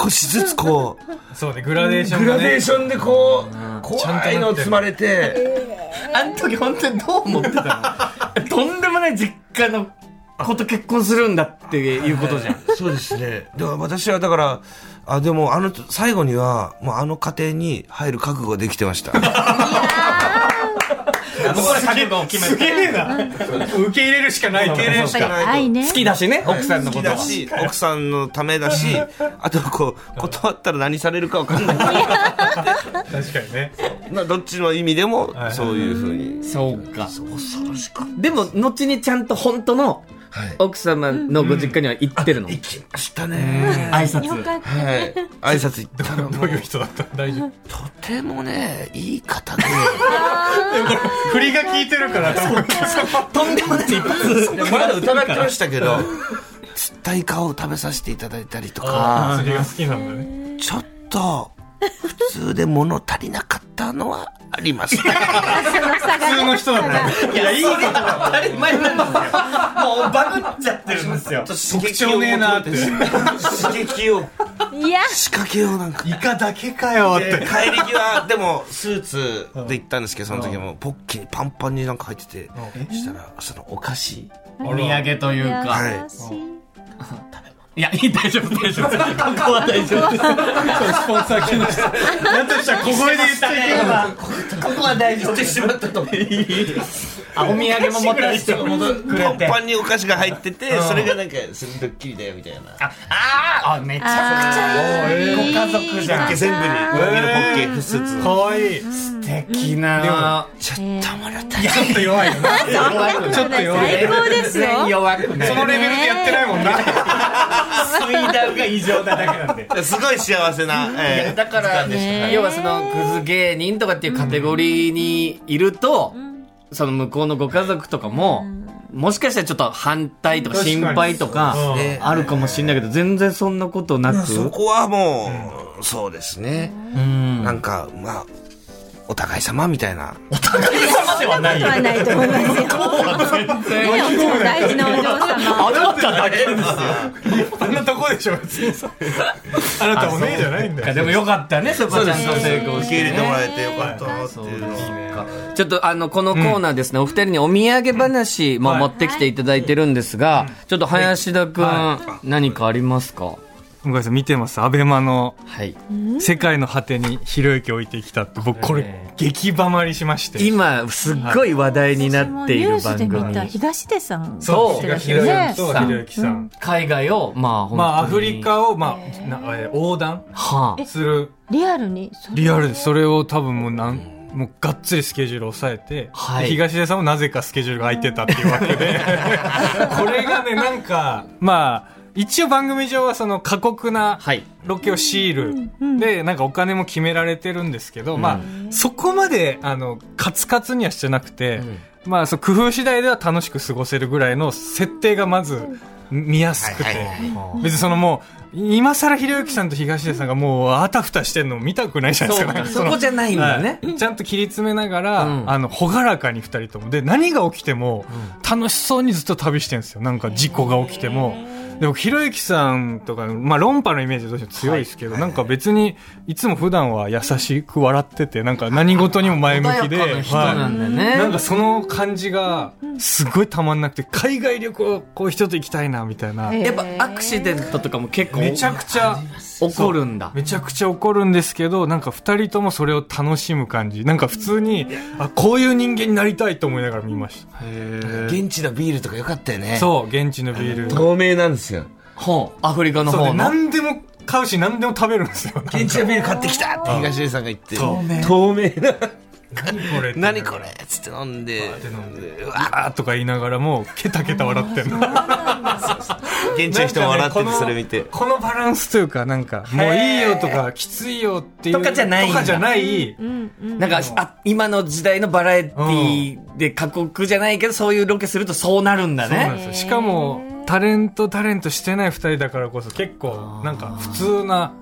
[SPEAKER 4] 少しずつこう、
[SPEAKER 3] そうねグラデーション
[SPEAKER 4] グ
[SPEAKER 3] が
[SPEAKER 4] ラ
[SPEAKER 3] ね
[SPEAKER 4] デーションでこう、
[SPEAKER 3] ちゃんとなっ
[SPEAKER 4] 怖
[SPEAKER 3] て
[SPEAKER 4] い
[SPEAKER 3] る
[SPEAKER 4] のを積まれて、
[SPEAKER 1] あの時本当にどう思ってたのとんでもない実家の子と結婚するんだっていうことじゃん
[SPEAKER 4] そうですね。だから私はだから、あ、でも、あの、最後には、もうあの家庭に入る覚悟ができてました。
[SPEAKER 1] 僕は覚悟を決め
[SPEAKER 3] すげ
[SPEAKER 1] て
[SPEAKER 3] えな受け入れるしかない受け入れるし
[SPEAKER 4] しかないと
[SPEAKER 2] 愛ね
[SPEAKER 1] 好きだしね奥さんの
[SPEAKER 4] 好
[SPEAKER 1] こ
[SPEAKER 4] き
[SPEAKER 1] と
[SPEAKER 4] だし、奥さんのためだし、あとこう、断ったら何されるかわかんない。
[SPEAKER 3] 確かにね
[SPEAKER 4] まあどっちの意味でも、そういうふうに。
[SPEAKER 1] そうかでも後にちゃんと本当の奥様のご実家には行ってるの、
[SPEAKER 4] 行きましたね。
[SPEAKER 1] 挨拶
[SPEAKER 2] よかった
[SPEAKER 4] はい。挨拶行ったらも
[SPEAKER 3] どういう人だった大丈夫
[SPEAKER 4] とてもね、いい方で。
[SPEAKER 3] 振りが効いてるから多分
[SPEAKER 1] とんでもない一発
[SPEAKER 4] まだ疑ってましたけど、釣ったイカを食べさせていただいたりとか、
[SPEAKER 3] 釣りが好きなんだね
[SPEAKER 4] ちょっと、普通で物足りなかったのはありますね。
[SPEAKER 3] 普通の人だから
[SPEAKER 1] いや、いいこと当たり前なんですよ。もうバグっちゃってるんですよ。
[SPEAKER 4] 特
[SPEAKER 3] 徴ねえなって
[SPEAKER 4] 刺激を、
[SPEAKER 2] いや
[SPEAKER 4] 仕掛けをなんか。
[SPEAKER 3] イカだけかよっ
[SPEAKER 4] で帰
[SPEAKER 3] て
[SPEAKER 4] り際、でも、スーツで行ったんですけど、その時も、ポッキにパンパンになんか入ってて、したら、そのお菓子、
[SPEAKER 1] お土産というか。
[SPEAKER 2] 優しい
[SPEAKER 1] いや、いい、大丈夫、大丈夫。ここは大丈夫です。
[SPEAKER 3] スポンサー気にしてだとしたら小声で言っていければ
[SPEAKER 1] ここは大丈夫。しまったと あ、お土産も持たせてく
[SPEAKER 4] パ
[SPEAKER 1] れ
[SPEAKER 4] ン
[SPEAKER 1] て
[SPEAKER 4] パ。ンにお菓子が入ってて、それがなんか、すドッキリだよ、みたいな。
[SPEAKER 1] あ、あーあ、めちゃくちゃいい。ご家族じゃん。
[SPEAKER 4] 全部に、上着のポッケ、スーツ。
[SPEAKER 3] かわいいち
[SPEAKER 1] 素敵な。
[SPEAKER 4] ちょっともらった
[SPEAKER 3] ょっと弱いよなちょっと弱い
[SPEAKER 2] 最高ですよ
[SPEAKER 1] 全然弱くない。
[SPEAKER 3] そのレベルでやってないもんな
[SPEAKER 1] 水ダウが異常なだけなんで。
[SPEAKER 4] すごい幸せな、えー
[SPEAKER 1] だから、要はそのクズ芸人とかっていうカテゴリーにいると、その向こうのご家族とかも、もしかしたらちょっと反対とか
[SPEAKER 3] 確か
[SPEAKER 1] 心
[SPEAKER 3] に
[SPEAKER 1] 配とか
[SPEAKER 3] うん
[SPEAKER 4] ね
[SPEAKER 1] あるかもしれないけど、全然そんなことな
[SPEAKER 4] そ
[SPEAKER 1] く。
[SPEAKER 4] こはもう、そうですね。
[SPEAKER 1] うん
[SPEAKER 4] なんか、まあ、お互い様みたいな。
[SPEAKER 1] ではない。
[SPEAKER 2] はないと思いますよねお嬢大事なお嬢様
[SPEAKER 1] あなただけですよ。
[SPEAKER 3] あんなとこでしょ別にさあなたもねえじゃないんだ
[SPEAKER 1] いや
[SPEAKER 3] よ
[SPEAKER 1] でもよかったね、そこはちゃんと成功
[SPEAKER 4] 受
[SPEAKER 1] し
[SPEAKER 4] け
[SPEAKER 1] てね
[SPEAKER 4] 入れてもらえてよかったっていうのを。
[SPEAKER 1] ちょっとあの、このコーナーですね、お二人にお土産話も持ってきていただいてるんですが、ちょっと林田くん、何かありますか
[SPEAKER 3] 向井さん見てますアベマの
[SPEAKER 1] はい。
[SPEAKER 3] 「世界の果てにひろゆき置いてきた」って僕これ激バマりしまして
[SPEAKER 1] 今、すっごい話題になっている
[SPEAKER 2] ニュ
[SPEAKER 1] 番
[SPEAKER 2] ースで見た
[SPEAKER 1] 組。
[SPEAKER 2] 東出さん
[SPEAKER 1] そう
[SPEAKER 3] 東出さんと
[SPEAKER 1] ね
[SPEAKER 3] ひろゆきさん
[SPEAKER 1] 海外を、まあ、本当に。
[SPEAKER 3] まあアフリ。カをまあなえー横断
[SPEAKER 1] はあ。
[SPEAKER 3] する
[SPEAKER 2] リアルにそ
[SPEAKER 3] リアルでそれを多分もうなんもうがっつりスケジュールを抑えて、
[SPEAKER 1] はい
[SPEAKER 3] で東出さんもなぜかスケジュールが空いてたっていうわけでこれがねなんかまあ一応番組上はその過酷な
[SPEAKER 1] はい。
[SPEAKER 3] ロケを強いる、でなんかお金も決められてるんですけど、
[SPEAKER 1] ん
[SPEAKER 3] まあそこまであのカツカツにはしてなくて、
[SPEAKER 1] ん
[SPEAKER 3] まあそう工夫次第では楽しく過ごせるぐらいの設定がまず見やすくて。
[SPEAKER 4] はいはいはい
[SPEAKER 3] 別にそのもう今更ひろゆきさんと東出さんがもうあたふたしてんの見たくないじゃないですかなんか
[SPEAKER 1] そ
[SPEAKER 3] の
[SPEAKER 1] こじゃないんだね。
[SPEAKER 3] はいちゃんと切り詰めながら、
[SPEAKER 1] うん
[SPEAKER 3] あの朗らかに二人ともで何が起きても楽しそうにずっと旅してるんですよなんか事故が起きても。でもひろゆきさんとか、まあ、論破のイメージはどうしても強いですけど、なんか別にいつも普段は優しく笑っててなんか何事にも前向き
[SPEAKER 1] 穏
[SPEAKER 3] で
[SPEAKER 1] やかな人なんだね
[SPEAKER 3] はいなんかその感じがすごいたまんなくて海外旅行こう人と行きたいなみたいな。
[SPEAKER 2] え
[SPEAKER 1] やっぱアクシデントとかも結構
[SPEAKER 3] めちゃくちゃ
[SPEAKER 1] 起こるんだ。
[SPEAKER 3] めちゃくちゃ怒るんですけど、なんか二人ともそれを楽しむ感じ。なんか普通に、あ、こういう人間になりたいと思いながら見ました。
[SPEAKER 4] 現地のビールとかよかったよね。
[SPEAKER 3] そう、現地のビール。そう
[SPEAKER 4] 透明なんですよ。
[SPEAKER 1] ほうアフリカの
[SPEAKER 3] で
[SPEAKER 1] 方の。
[SPEAKER 3] 何でも買うし何でも食べるんですよ。なんか
[SPEAKER 4] 現地のビール買ってきたって東出さんが言って。
[SPEAKER 3] 透明
[SPEAKER 4] 透明な。
[SPEAKER 3] これ
[SPEAKER 4] 何これっつって飲んで。
[SPEAKER 3] って飲んで、うわーとか言いながらも、ケタケタ笑ってん の。現
[SPEAKER 4] 現地の人も笑っててそれ見て。
[SPEAKER 3] このバランスというか、なんか、もういいよとか、きついよっていう。
[SPEAKER 1] とかじゃないん
[SPEAKER 3] と
[SPEAKER 1] だ
[SPEAKER 3] かじゃない。
[SPEAKER 1] なんか、あ、今の時代のバラエティで過酷じゃないけど、そういうロケするとそうなるんだ
[SPEAKER 3] そうな
[SPEAKER 1] ね。
[SPEAKER 3] んですよしかもタレントタレントしてない2人だからこそ結構なんか普通な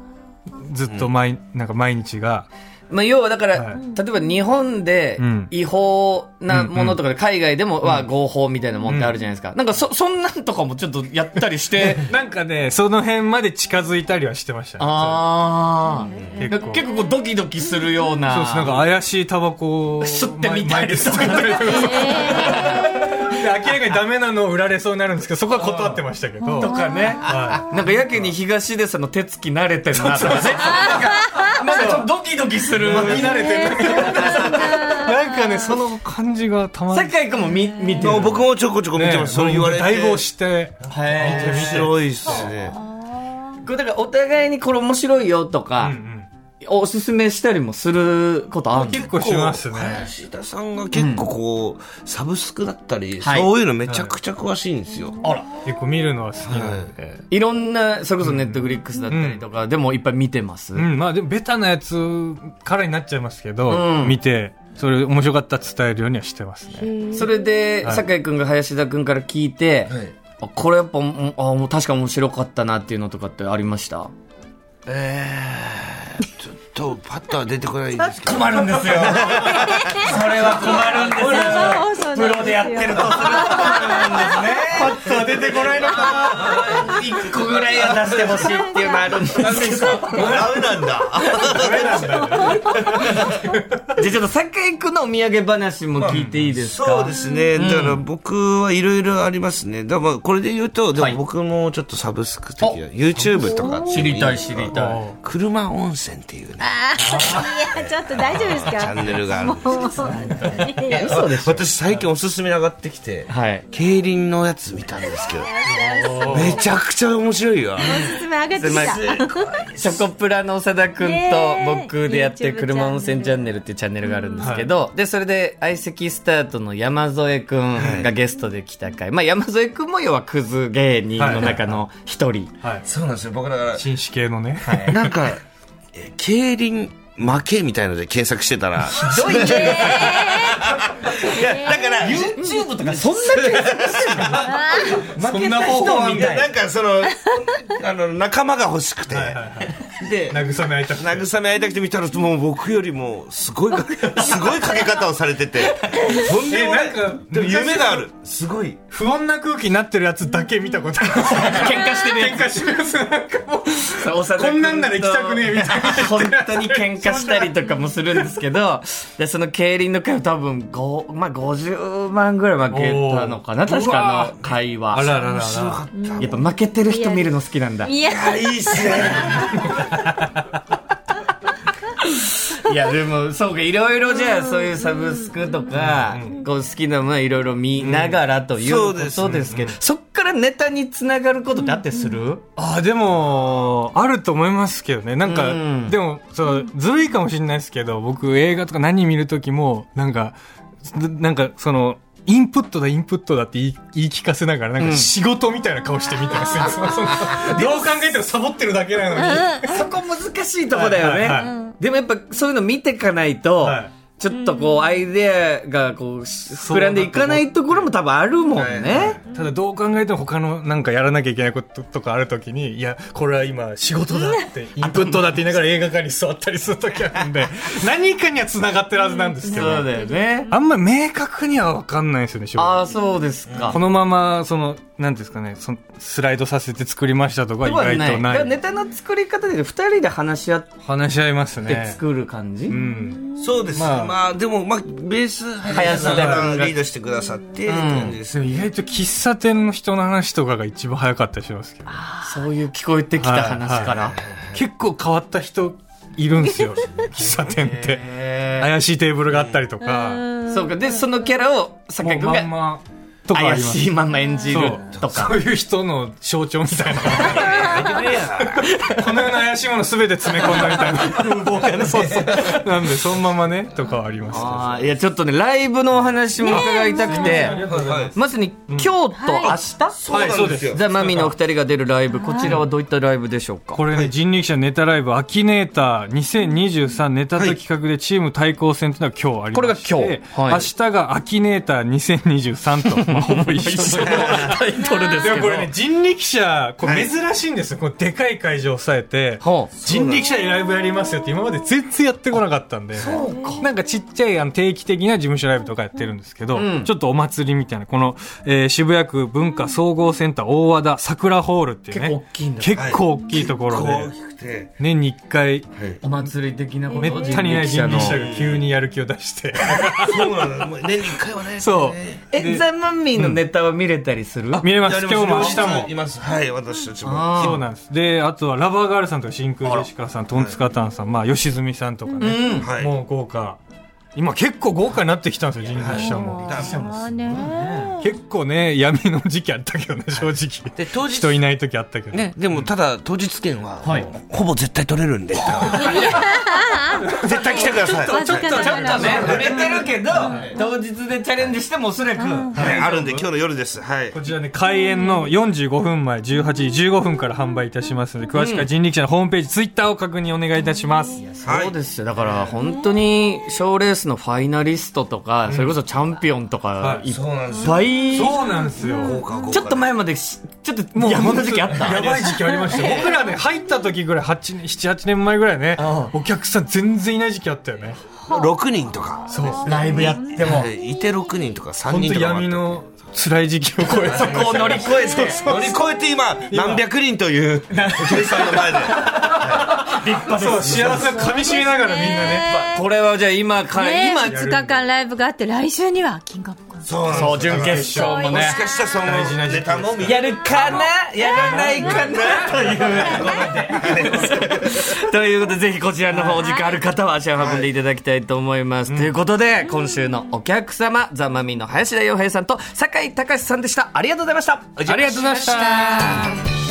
[SPEAKER 3] ずっと毎,、なんか毎日が
[SPEAKER 1] まあ、要はだから、
[SPEAKER 3] はい
[SPEAKER 1] 例えば日本で
[SPEAKER 3] うん
[SPEAKER 1] 違法なものとかで、海外でもは合法みたいなもんってあるじゃないですか。なんかそ、そんなんとかもちょっとやったり して、
[SPEAKER 3] なんかねその辺まで近づいたりはしてました、ね、
[SPEAKER 1] ああ。な
[SPEAKER 3] 結
[SPEAKER 1] んか
[SPEAKER 3] 構
[SPEAKER 1] 結構こうドキドキするような。
[SPEAKER 3] そうですなんか怪しいタバコを
[SPEAKER 1] 吸ってみたりとか
[SPEAKER 3] 前前で吸ってみたりとかで明らかにダメなのを売られそうになるんですけどそこは断ってましたけどとかね、は
[SPEAKER 1] なんかやけに東出さんの手つき慣れてるなとかね。なんかちょっとドキドキする。
[SPEAKER 3] い、見慣れてるなんかねその感じがたまに
[SPEAKER 1] 酒井君も見見てる。
[SPEAKER 4] 僕もちょこちょこ見てます。そう言われて。
[SPEAKER 3] だいぶ押して
[SPEAKER 1] へ
[SPEAKER 4] 面白いっすね。
[SPEAKER 1] ーこれだからお互いにこれ面白いよとか、おすすめしたりもすることある
[SPEAKER 3] 結構しますね
[SPEAKER 4] 林田さんが結構こう、サブスクだったり、
[SPEAKER 1] はい
[SPEAKER 4] そういうのめちゃくちゃ詳しいんですよ。
[SPEAKER 1] あら。
[SPEAKER 3] 結構見るのは好きなんで、
[SPEAKER 1] いろんな、それこそネットフリックスだったりとか、でもいっぱい見てます。
[SPEAKER 3] うん、まあでもベタなやつからになっちゃいますけど、
[SPEAKER 1] うん
[SPEAKER 3] 見て、それ面白かったら伝えるようにはしてますね。
[SPEAKER 1] それで、
[SPEAKER 3] はい
[SPEAKER 1] 酒井君が林田君から聞いて、あこれやっぱ、うんあもう確か面白かったなっていうのとかってありました
[SPEAKER 4] えー、ちょっとパッとは出てこないんですけど。
[SPEAKER 1] 困るん ですよ。それは困るんですよ。
[SPEAKER 2] プロでやってる
[SPEAKER 3] 出てこないのか
[SPEAKER 1] 一個ぐらいは出してほしいっていうのあるんですけど。
[SPEAKER 4] ダメなんだ。
[SPEAKER 1] じゃあちょっと酒井君のお土産話も聞いていいですか、
[SPEAKER 4] そうですね。だから僕はいろいろありますね。だからまあこれで言うと、で
[SPEAKER 1] はい
[SPEAKER 4] も僕もちょっとサブスク的な、YouTube とか。
[SPEAKER 1] 知りたい知りたい。
[SPEAKER 4] 車温泉っていうね、
[SPEAKER 2] いやちょっと大丈夫ですか
[SPEAKER 4] チャンネルがあるんですよ。
[SPEAKER 2] いやいや
[SPEAKER 1] 嘘でしょ。
[SPEAKER 4] 私最近おすすめに上がってきて、
[SPEAKER 1] はい。
[SPEAKER 4] 競輪のやつ見たんですけど、めちゃくちゃ面白いよ。
[SPEAKER 2] おすすめ上がって
[SPEAKER 1] すいま
[SPEAKER 2] きた
[SPEAKER 1] せん。ショコプラの長田くんと
[SPEAKER 2] ねえ
[SPEAKER 1] 僕でやってる
[SPEAKER 2] YouTube
[SPEAKER 1] 車温泉チャンネルっていうチャンネルがあるんですけど、で、それで相席スタートの山添くんがゲストで来た回。まあ山添くんも要はクズ芸人の中の一人。
[SPEAKER 3] はい。
[SPEAKER 4] そうなんですよ。僕だから
[SPEAKER 3] 紳士系のね。
[SPEAKER 4] なんか、えー競輪負けみたいので検索してたら、
[SPEAKER 1] どういう
[SPEAKER 4] いや、だから、
[SPEAKER 1] YouTube とかそんな検索してるの負けた人みたいな。
[SPEAKER 4] なんかその、あの、仲間が欲しくて、で
[SPEAKER 3] 慰め合いたくて
[SPEAKER 4] 慰め会いたくて見たらもう僕よりもすごいかすごいかけ方をされててとんでもない
[SPEAKER 3] えなんか
[SPEAKER 4] でも夢があるすごい
[SPEAKER 3] 不穏な空気になってるやつだけ見たことある喧嘩してね喧嘩してますなんかもうこんなんなら行きたくねえみたいな
[SPEAKER 1] 本当に喧嘩したりとかもするんですけど、でその競輪の会は多分5、まあ、50万ぐらい負けたのかな、
[SPEAKER 3] おー
[SPEAKER 1] 確か あ
[SPEAKER 3] う
[SPEAKER 1] の会は。
[SPEAKER 3] あらららら
[SPEAKER 4] 面白かった
[SPEAKER 1] やっぱ負けてる人見るの好きなんだ。い
[SPEAKER 2] いや、
[SPEAKER 4] あいいっすね
[SPEAKER 1] や、でも、そうか、いろいろじゃあ、そういうサブスクとか、こう好きなものいろいろ見ながらという
[SPEAKER 4] そう
[SPEAKER 1] こ
[SPEAKER 4] です
[SPEAKER 1] とですけど、そっからネタにつながることってあってする
[SPEAKER 3] あでもあると思いますけどねなんか、
[SPEAKER 1] うん
[SPEAKER 3] でもそうずるいかもしれないですけど僕映画とか何見る時もなんかなんかそのインプットだインプットだって言い言い聞かせながらなんか仕事みたいな顔してみた りする、そのそのどう考えてもサボってるだけなの に、
[SPEAKER 1] そこ難しいとこだよね。
[SPEAKER 3] はいはいはい
[SPEAKER 1] でもやっぱそういうの見てかないと、
[SPEAKER 3] はい
[SPEAKER 1] ちょっとこうアイデアがこうし膨らんでいかないところも多分あるもんね。
[SPEAKER 3] ただどう考えても他のなんかやらなきゃいけないこととかあるときに、いや、これは今仕事だって、インプットだって言いながら映画館に座ったりするときあるんで、何かには繋がってるはずなんですけ
[SPEAKER 1] そう
[SPEAKER 3] ど、
[SPEAKER 1] だよね。
[SPEAKER 3] あんま明確には分かんないですよね、正
[SPEAKER 1] あ
[SPEAKER 3] 直
[SPEAKER 1] あ、そうですか
[SPEAKER 3] こ。のまま、その、なんていうんですかね、そのスライドさせて作りましたとか意
[SPEAKER 1] では
[SPEAKER 3] 外
[SPEAKER 1] ない。だ
[SPEAKER 3] と
[SPEAKER 1] か
[SPEAKER 3] な
[SPEAKER 1] ら
[SPEAKER 3] い。
[SPEAKER 1] ネタの作り方で2人で話し合っ
[SPEAKER 3] 話し合います
[SPEAKER 1] て
[SPEAKER 3] ね。
[SPEAKER 1] 作る感じ、
[SPEAKER 3] うん。
[SPEAKER 4] そうです、
[SPEAKER 3] ま
[SPEAKER 4] ま
[SPEAKER 3] あ
[SPEAKER 4] あ、でも、まあ、ベース林さんがリードしてくださってって感じです
[SPEAKER 3] でも意外と喫茶店の人の話とかが一番早かったりしますけど。
[SPEAKER 1] そういう聞こえてきた話から。
[SPEAKER 3] はい結構変わった人いるんで すよ、喫茶店って。
[SPEAKER 1] へ
[SPEAKER 3] 怪しいテーブルがあったりとか、
[SPEAKER 1] ーそうか。で、そのキャラを酒井君
[SPEAKER 3] もうまん
[SPEAKER 1] が
[SPEAKER 3] まとかあ
[SPEAKER 1] 怪
[SPEAKER 3] ります
[SPEAKER 1] しいまんま演じる
[SPEAKER 3] そ
[SPEAKER 1] と
[SPEAKER 3] う
[SPEAKER 1] か。
[SPEAKER 3] そういう人の象徴み たいなこのような怪しいもの全て詰め込んだみたいな風 貌がねそうそうなんでそのままねとかはあります
[SPEAKER 1] ああ、いや、ちょっとね、ライブのお話も伺いたくて。
[SPEAKER 4] はい
[SPEAKER 1] まずに今日と明日、
[SPEAKER 4] そうなんですよ、
[SPEAKER 1] ザ・マミィのお二人が出るライブ、こちらはどういったライブでしょうか
[SPEAKER 3] これね、人力車ネタライブ、アキネーター2023ネタと企画でチーム対抗戦というのが今日ありまして
[SPEAKER 1] これが今日はい
[SPEAKER 3] 明日がアキネーター2023と、ま あ、ほぼ一緒の
[SPEAKER 1] タイトルですけ
[SPEAKER 3] でも
[SPEAKER 1] ど
[SPEAKER 3] これね、人力車、これ珍しいんですよ。このでかい会場を抑えて
[SPEAKER 1] はあ、
[SPEAKER 3] 人力車でライブやりますよって今まで全然やってこなかったんで、 なんかちっちゃいあの定期的な事務所ライブとかやってるんですけど、ちょっとお祭りみたいな、この、えー渋谷区文化総合センター大和田桜ホールっていう
[SPEAKER 1] 結構
[SPEAKER 3] ね、
[SPEAKER 1] 大きいんだ
[SPEAKER 3] 結構大きいところで、
[SPEAKER 4] 大きくて、
[SPEAKER 3] 年に1回、
[SPEAKER 1] お祭り的なこと
[SPEAKER 3] めったにない人
[SPEAKER 1] 人力
[SPEAKER 3] 力
[SPEAKER 1] 車
[SPEAKER 3] 車
[SPEAKER 1] の
[SPEAKER 3] が急にやる気を出して。
[SPEAKER 4] そうなんだ、もう年に1回はね、
[SPEAKER 3] そう。
[SPEAKER 1] えザ・マミィのネタは見れたりする、
[SPEAKER 3] 見れます。
[SPEAKER 4] や
[SPEAKER 3] 今
[SPEAKER 4] り
[SPEAKER 3] 日
[SPEAKER 4] す
[SPEAKER 3] も明日も
[SPEAKER 4] い。ます、はい、私たちも、
[SPEAKER 1] あー
[SPEAKER 3] そうなんです。で、あとはラバーガールさんとか真空ジェシカさん、トンツカタンさん、まあ、吉住さんとかね。
[SPEAKER 4] はい、
[SPEAKER 3] もう豪華。今結構豪華になってきたんですよ、人力車も。
[SPEAKER 2] まあね。
[SPEAKER 3] 結構ね、闇の時期あったけどね、正直。
[SPEAKER 4] で当日
[SPEAKER 3] 人いない時あったけど。
[SPEAKER 4] ね、でもただ当日券は、
[SPEAKER 1] はい
[SPEAKER 4] ほぼ絶対取れる んで絶対来てください
[SPEAKER 2] わずかだか
[SPEAKER 1] ちょ
[SPEAKER 2] ら
[SPEAKER 1] っとね売れてるけど当日でチャレンジしてもおそらく
[SPEAKER 4] はいあるんで今日の夜ですはい
[SPEAKER 3] こちらね、開演の45分前、18時15分から販売いたしますので、詳しくは人力車のホームページ、ツイッターを確認お願いいたします。
[SPEAKER 4] はい
[SPEAKER 1] そうですよだから本当に賞ーレースのファイナリストとか、それこそチャンピオンとか
[SPEAKER 3] はい
[SPEAKER 1] いっ
[SPEAKER 4] そうなんですよ
[SPEAKER 1] ぱい、
[SPEAKER 3] そうなんですよ。
[SPEAKER 4] 豪華豪華
[SPEAKER 1] ちょっと前までしちょっともう山の時期あった
[SPEAKER 3] やばい時期ありましたよ。僕らね、入った時ぐらい、8年、7、8年前ぐらいね、お客さん全然いない時期あったよね。
[SPEAKER 4] 6人とか
[SPEAKER 3] そう。
[SPEAKER 1] ライブやっても
[SPEAKER 4] はいいて6人とか3
[SPEAKER 3] 本
[SPEAKER 4] 人
[SPEAKER 3] 当
[SPEAKER 4] とかもあった
[SPEAKER 3] 闇の辛い時期を超えて。そ
[SPEAKER 1] こう乗り越えて
[SPEAKER 4] 乗り越えて今何百人という お客さんの前で
[SPEAKER 3] そう、幸せをかみしめながらみんなね。
[SPEAKER 1] これはじゃあ今から、
[SPEAKER 2] ね
[SPEAKER 1] 今
[SPEAKER 2] 2日間ライブがあって、来週にはキングオブコント。
[SPEAKER 4] そうなん
[SPEAKER 1] そう準決勝も
[SPEAKER 4] も
[SPEAKER 1] ね
[SPEAKER 4] しかしたらそ
[SPEAKER 3] 大事な
[SPEAKER 4] の
[SPEAKER 3] 時期
[SPEAKER 4] ネタも見
[SPEAKER 1] やるかなやらないかなというということでぜひこちらの方お時間ある方は足を運んでいただきたいと思います、ということで今週のお客様ザ・マミィの林田洋平さんと酒井隆さんでしたありがとうございましたありがとうございました